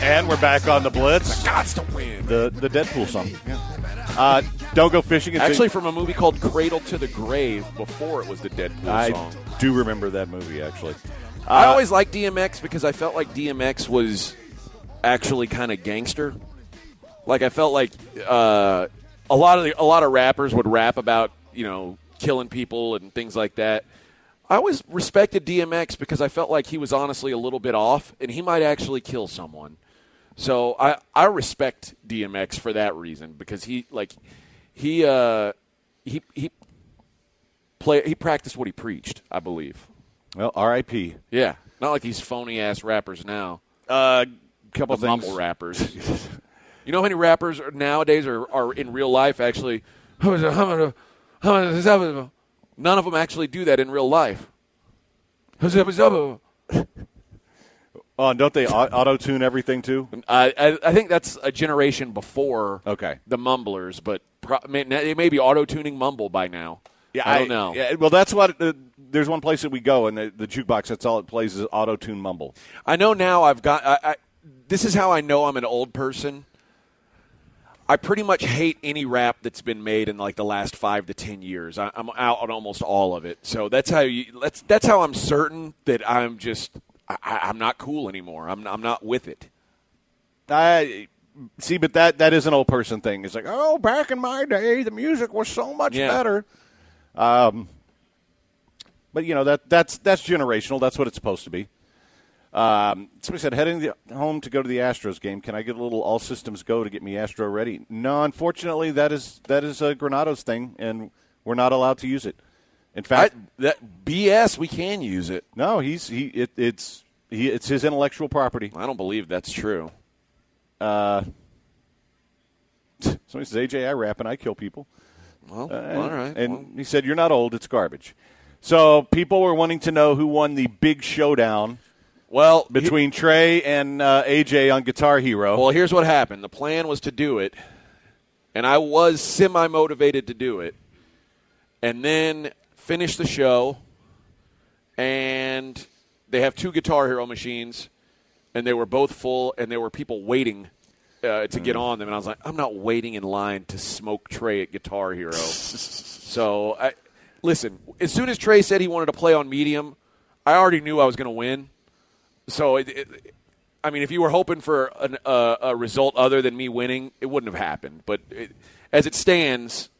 And we're back on the Blitz. God's to win. The the Deadpool song. Uh, don't go fishing. It's Actually, from a movie called Cradle to the Grave before it was the Deadpool I song. do remember that movie actually. I always liked DMX because I felt like DMX was actually kind of gangster. Like I felt like uh, a lot of the, a lot of rappers would rap about you know killing people and things like that. I always respected DMX because I felt like he was honestly a little bit off, and he might actually kill someone. So I I respect DMX for that reason because he like he uh, he he play he practiced what he preached, I believe. Well, R.I.P. Yeah, not like these phony ass rappers now. Uh, couple The things. mumble rappers. *laughs* you know how many rappers are, nowadays are, are in real life actually? None of them actually do that in real life. I, Oh, and don't they auto tune everything too? I, I think that's a generation before Okay. the mumblers, but pro- may, they may be auto tuning mumble by now. I don't know. Yeah, well, that's what. Uh, there's one place that we go, and the, the jukebox. That's all it plays is auto tune mumble. I know now I've got. I, I, this is how I know I'm an old person. I pretty much hate any rap that's been made in like the last five to ten years. I, I'm out on almost all of it. So that's how you. That's that's how I'm certain that I'm just. I, I- I'm not cool anymore. I'm I'm not with it. I see, but that that is an old person thing. It's like, oh, back in my day, the music was so much Yeah. better. Um, but you know that that's that's generational. That's what it's supposed to be. Um, somebody said heading the, home to go to the Astros game. Can I get a little all systems go to get me Astro ready? No, unfortunately, that is that is a Granados thing, and we're not allowed to use it. In I, fact, that BS. We can use it. no, he's he it, it's he it's his intellectual property. I don't believe that's true. Somebody says AJ, I rap and I kill people. Well, And- all right. Uh, And well, he said, "You're not old. It's garbage." So people were wanting to know who won the big showdown well, he- between Trey and uh, AJ on Guitar Hero. Well, here's what happened. The plan was to do it, and I was semi motivated to do it, and then finish the show, and they have two Guitar Hero machines, and they were both full, and there were people waiting. Uh, to Mm. get on them, and I was like, I'm not waiting in line to smoke Trey at *laughs* Guitar Hero. so, I, listen, as soon as Trey said he wanted to play on medium, I already knew I was going to win. So, it, it, I mean, if you were hoping for an, uh, a result other than me winning, it wouldn't have happened. But it, as it stands,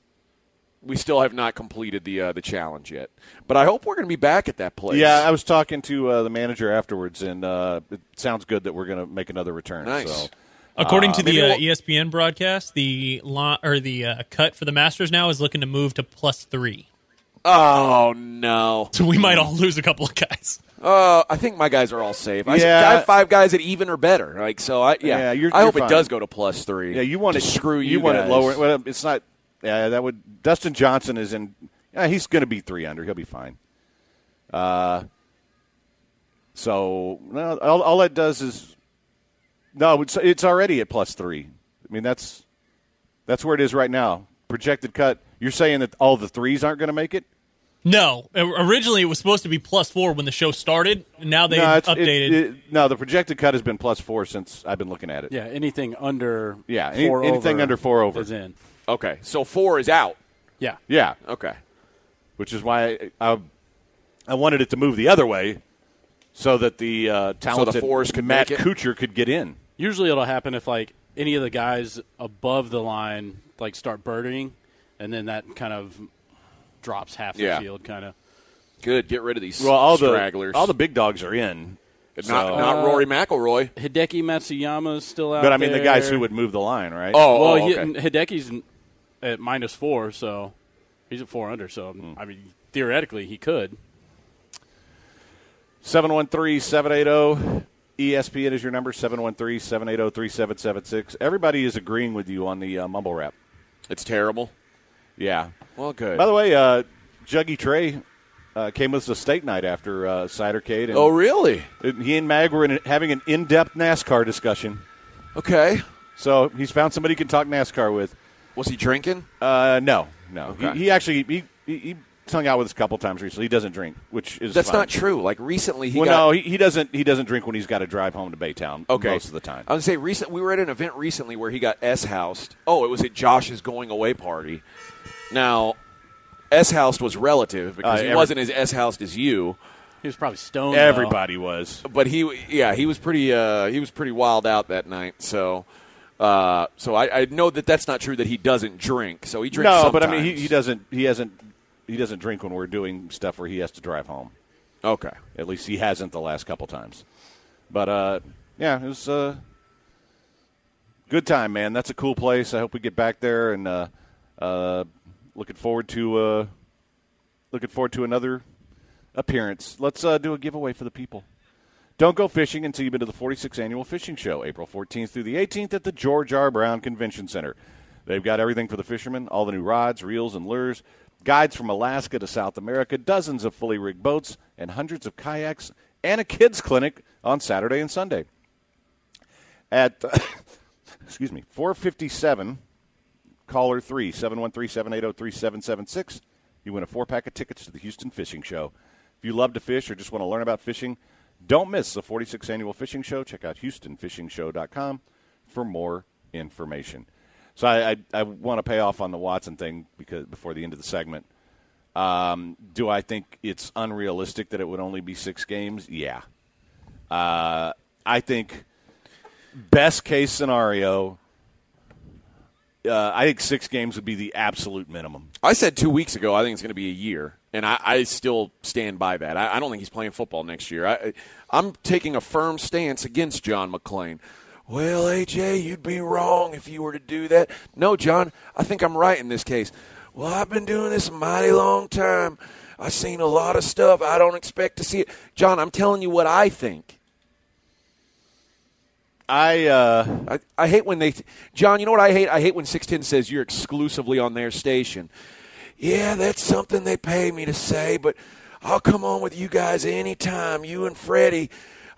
we still have not completed the uh, the challenge yet. But I hope we're going to be back at that place. yeah, I was talking to uh, the manager afterwards, and uh, it sounds good that we're going to make another return. Nice. So. According to the maybe uh, we'll- ESPN broadcast, the lo- or the uh, cut for the Masters now is looking to move to plus three. *laughs* oh no. So we might all lose a couple of guys. Uh, I think my guys are all safe. I, Yeah. I have five guys at even or better. Like so. I yeah. Yeah, you're- I you're hope fine. it does go to plus three. Yeah, you want to it. screw you. want guys. it lower. Well, it's not. Yeah, that would. Dustin Johnson is in. Yeah, he's going to be three under. He'll be fine. Uh, so no, all, all that does is no. It's, it's already at plus three. I mean, that's that's where it is right now. Projected cut. You're saying that all the threes aren't going to make it? No, o- originally it was supposed to be plus four when the show started. and Now they no, it's- it- updated. it- no, the projected cut has been plus four since I've been looking at it. Yeah, anything under Yeah, any- four anything over under four over. is in. Okay, so four is out. Yeah, Yeah. Okay. which is why I, I wanted it to move the other way so that the uh, talented fours could Matt make it? Kuchar could get in. usually it'll happen if like any of the guys above the line like start birding, and then that kind of drops half the Yeah. field. Kind of Good. Get rid of these Well, all stragglers. the all the big dogs are in, not so- uh, not Rory McIlroy. Hideki Matsuyama's still out. but I mean the guys there. who would move the line, right? Oh, Well, oh, he- okay. Hideki's n- at minus four, so he's at four under. So Hmm. I mean, theoretically, he could. 713-780 ESPN is your number oh, 713-780-3776. Everybody is agreeing with you on the uh, mumble rap. It's terrible. Yeah. Well, good. By the way, uh, Juggy Trey uh, came with us to steak night after uh, Cidercade. And oh, really? He and Mag were in, having an in-depth NASCAR discussion. Okay. So he's found somebody he can talk NASCAR with. Was he drinking? Uh, no, no. Okay. He, he actually he, he, he hung out with us a couple times recently. He doesn't drink, which is That's fine. not true. Like recently, he well, got. no, he, he doesn't. He doesn't drink when he's got to drive home to Baytown. Okay. Oh, most of the time. I would say recent. We were at an event recently where he got s housed. Oh, it was at Josh's going away party. Now, s housed was relative because Uh, he every- wasn't as s housed as you. He was probably stoned. though. Everybody was. But he, yeah, he was pretty. Uh, he was pretty wild out that night. So, uh, so I, I know that that's not true that he doesn't drink. So he drinks. No, but I mean, he, sometimes. he doesn't. He hasn't. He doesn't drink when we're doing stuff where he has to drive home. Okay. At least he hasn't the last couple times. But uh, yeah, it was uh, good time, man. That's a cool place. I hope we get back there and uh, uh, looking forward to uh, looking forward to another appearance. Let's uh, do a giveaway for the people. Don't go fishing until you've been to the 46th Annual Fishing Show, April 14th through the 18th at the George R. Brown Convention Center. They've got everything for the fishermen all the new rods, reels, and lures, guides from Alaska to South America, dozens of fully rigged boats, and hundreds of kayaks, and a kids' clinic on Saturday and Sunday. At, *coughs* excuse me, 457 caller 3 713-780-3776 you win a four pack of tickets to the houston fishing show if you love to fish or just want to learn about fishing don't miss the 46th annual fishing show check out houstonfishingshow.com for more information so i, I, I want to pay off on the watson thing because before the end of the segment um, do i think it's unrealistic that it would only be six games yeah uh, i think best case scenario uh, I think six games would be the absolute minimum. I said two weeks ago. I think it's going to be a year. and I, I still stand by that. I, I don't think he's playing football next year. I, I'm taking a firm stance against John McLean. Well, AJ, you'd be wrong if you were to do that. No, John, I think I'm right in this case. Well, I've been doing this a mighty long time. I've seen a lot of stuff. I don't expect to see it. John, I'm telling you what I think. I uh, I, I hate when they, John. You know what I hate? I hate when six ten says you're exclusively on their station. Yeah, that's something they pay me to say, but I'll come on with you guys anytime. You and Freddie.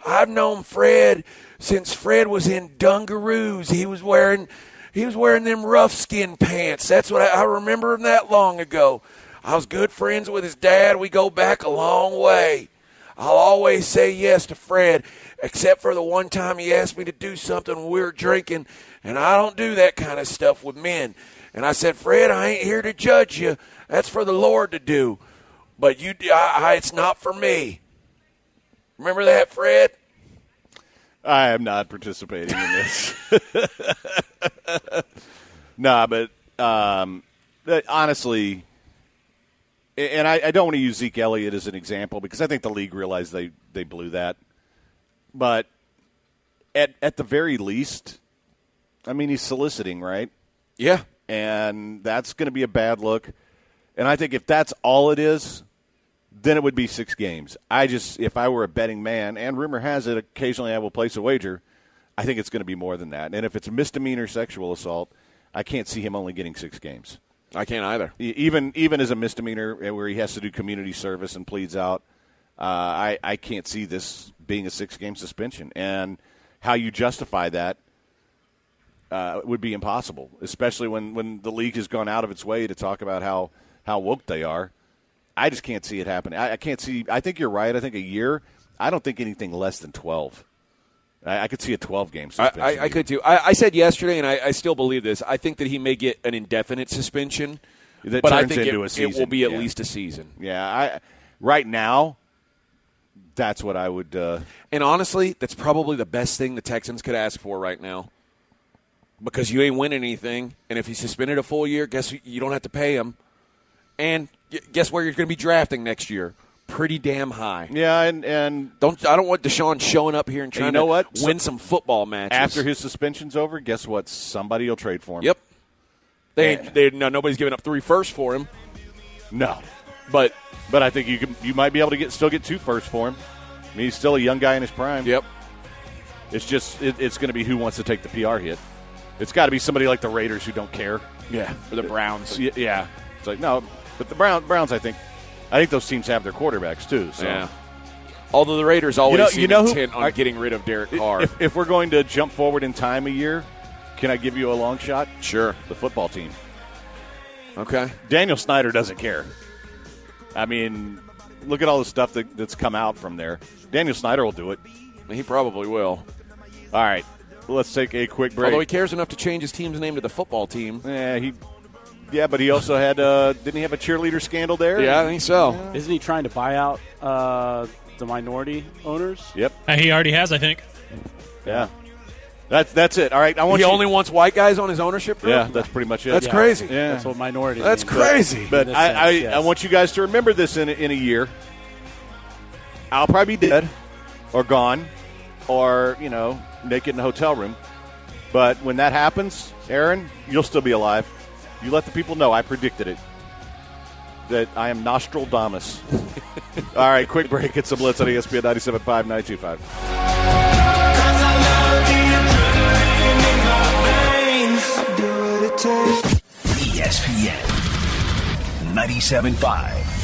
I've known Fred since Fred was in dungaroos. He was wearing he was wearing them rough skin pants. That's what I, I remember him that long ago. I was good friends with his dad. We go back a long way. I'll always say yes to Fred, except for the one time he asked me to do something when we were drinking, and I don't do that kind of stuff with men. And I said, Fred, I ain't here to judge you. That's for the Lord to do. But you, I, I, it's not for me. Remember that, Fred? I am not participating in this. *laughs* nah, but um, but honestly, and I, I don't want to use Zeke Elliott as an example because I think the league realized they, they blew that. But at at the very least, I mean he's soliciting, right? Yeah, And that's going to be a bad look. And I think if that's all it is, then it would be six games. I just if I were a betting man, and rumor has it occasionally I will place a wager, I think it's going to be more than that. And if it's misdemeanor sexual assault, I can't see him only getting six games. I can't either. E- even even as a misdemeanor uh, where he has to do community service and pleads out, uh, I I can't see this being a six game suspension. And how you justify that uh, would be impossible, especially when when the league has gone out of its way to talk about how how woke they are. I just can't see it happening. I, I can't see. I think you're right. I think a year. I don't think anything less than twelve. I, I could see a twelve game I, suspension. I, I could too. I, I said yesterday, and I, I still believe this. I think that he may get an indefinite suspension, That but I turns think it, into a it will season, be at yeah. least a season. Yeah, I right now. That's what I would. Uh, And honestly, that's probably the best thing the Texans could ask for right now, because you ain't winning anything. And if he's suspended a full year, guess who- you don't have to pay him. And gu- guess where you're going to be drafting next year? Pretty damn high. yeah, and and Don't I don't want Deshaun showing up here and you trying know to what? win some football matches after his suspension's over, guess what? Somebody will trade for him. Yep. They ain't, they no, nobody's giving up three firsts for him, No, but but I think you can. You might be able to get still get two first for him. I mean, he's still a young guy in his prime. yep. It's just it, it's going to be who wants to take the PR hit. It's got to be somebody like the Raiders who don't care. Yeah, for the Browns. Y- Yeah, it's like no, but the Brown, Browns. I think, I think those teams have their quarterbacks too. So Yeah. Although the Raiders always know- seem you know who- intent on I- getting rid of Derek Carr. if, if we're going to jump forward in time a year, can I give you a long shot? sure. The football team. Okay. Daniel Snyder doesn't care. I mean, look at all the stuff that, that's come out from there. Daniel Snyder will do it. He probably will. All right, let's take a quick break. Although he cares enough to change his team's name to the football team. yeah, he, yeah, but he also had uh, didn't he have a cheerleader scandal there? Yeah, I think so. Isn't he trying to buy out uh, the minority owners? Yep. Uh, he already has, I think. Yeah. That's that's it. All right. I want He you. only wants white guys on his ownership group? yeah, that's pretty much it. That's Yeah. crazy. Yeah. That's what minority. That's means. crazy. But In a I, sense, I, yes. I want you guys to remember this in a, in a year. I'll probably be dead or gone or, you know, naked in a hotel room. But when that happens, Aaron, you'll still be alive. You let the people know I predicted it. That I am *laughs* Nostradamus. All right, quick break. It's a blitz on E ESPN 97.5, 925. E ESPN 97.5.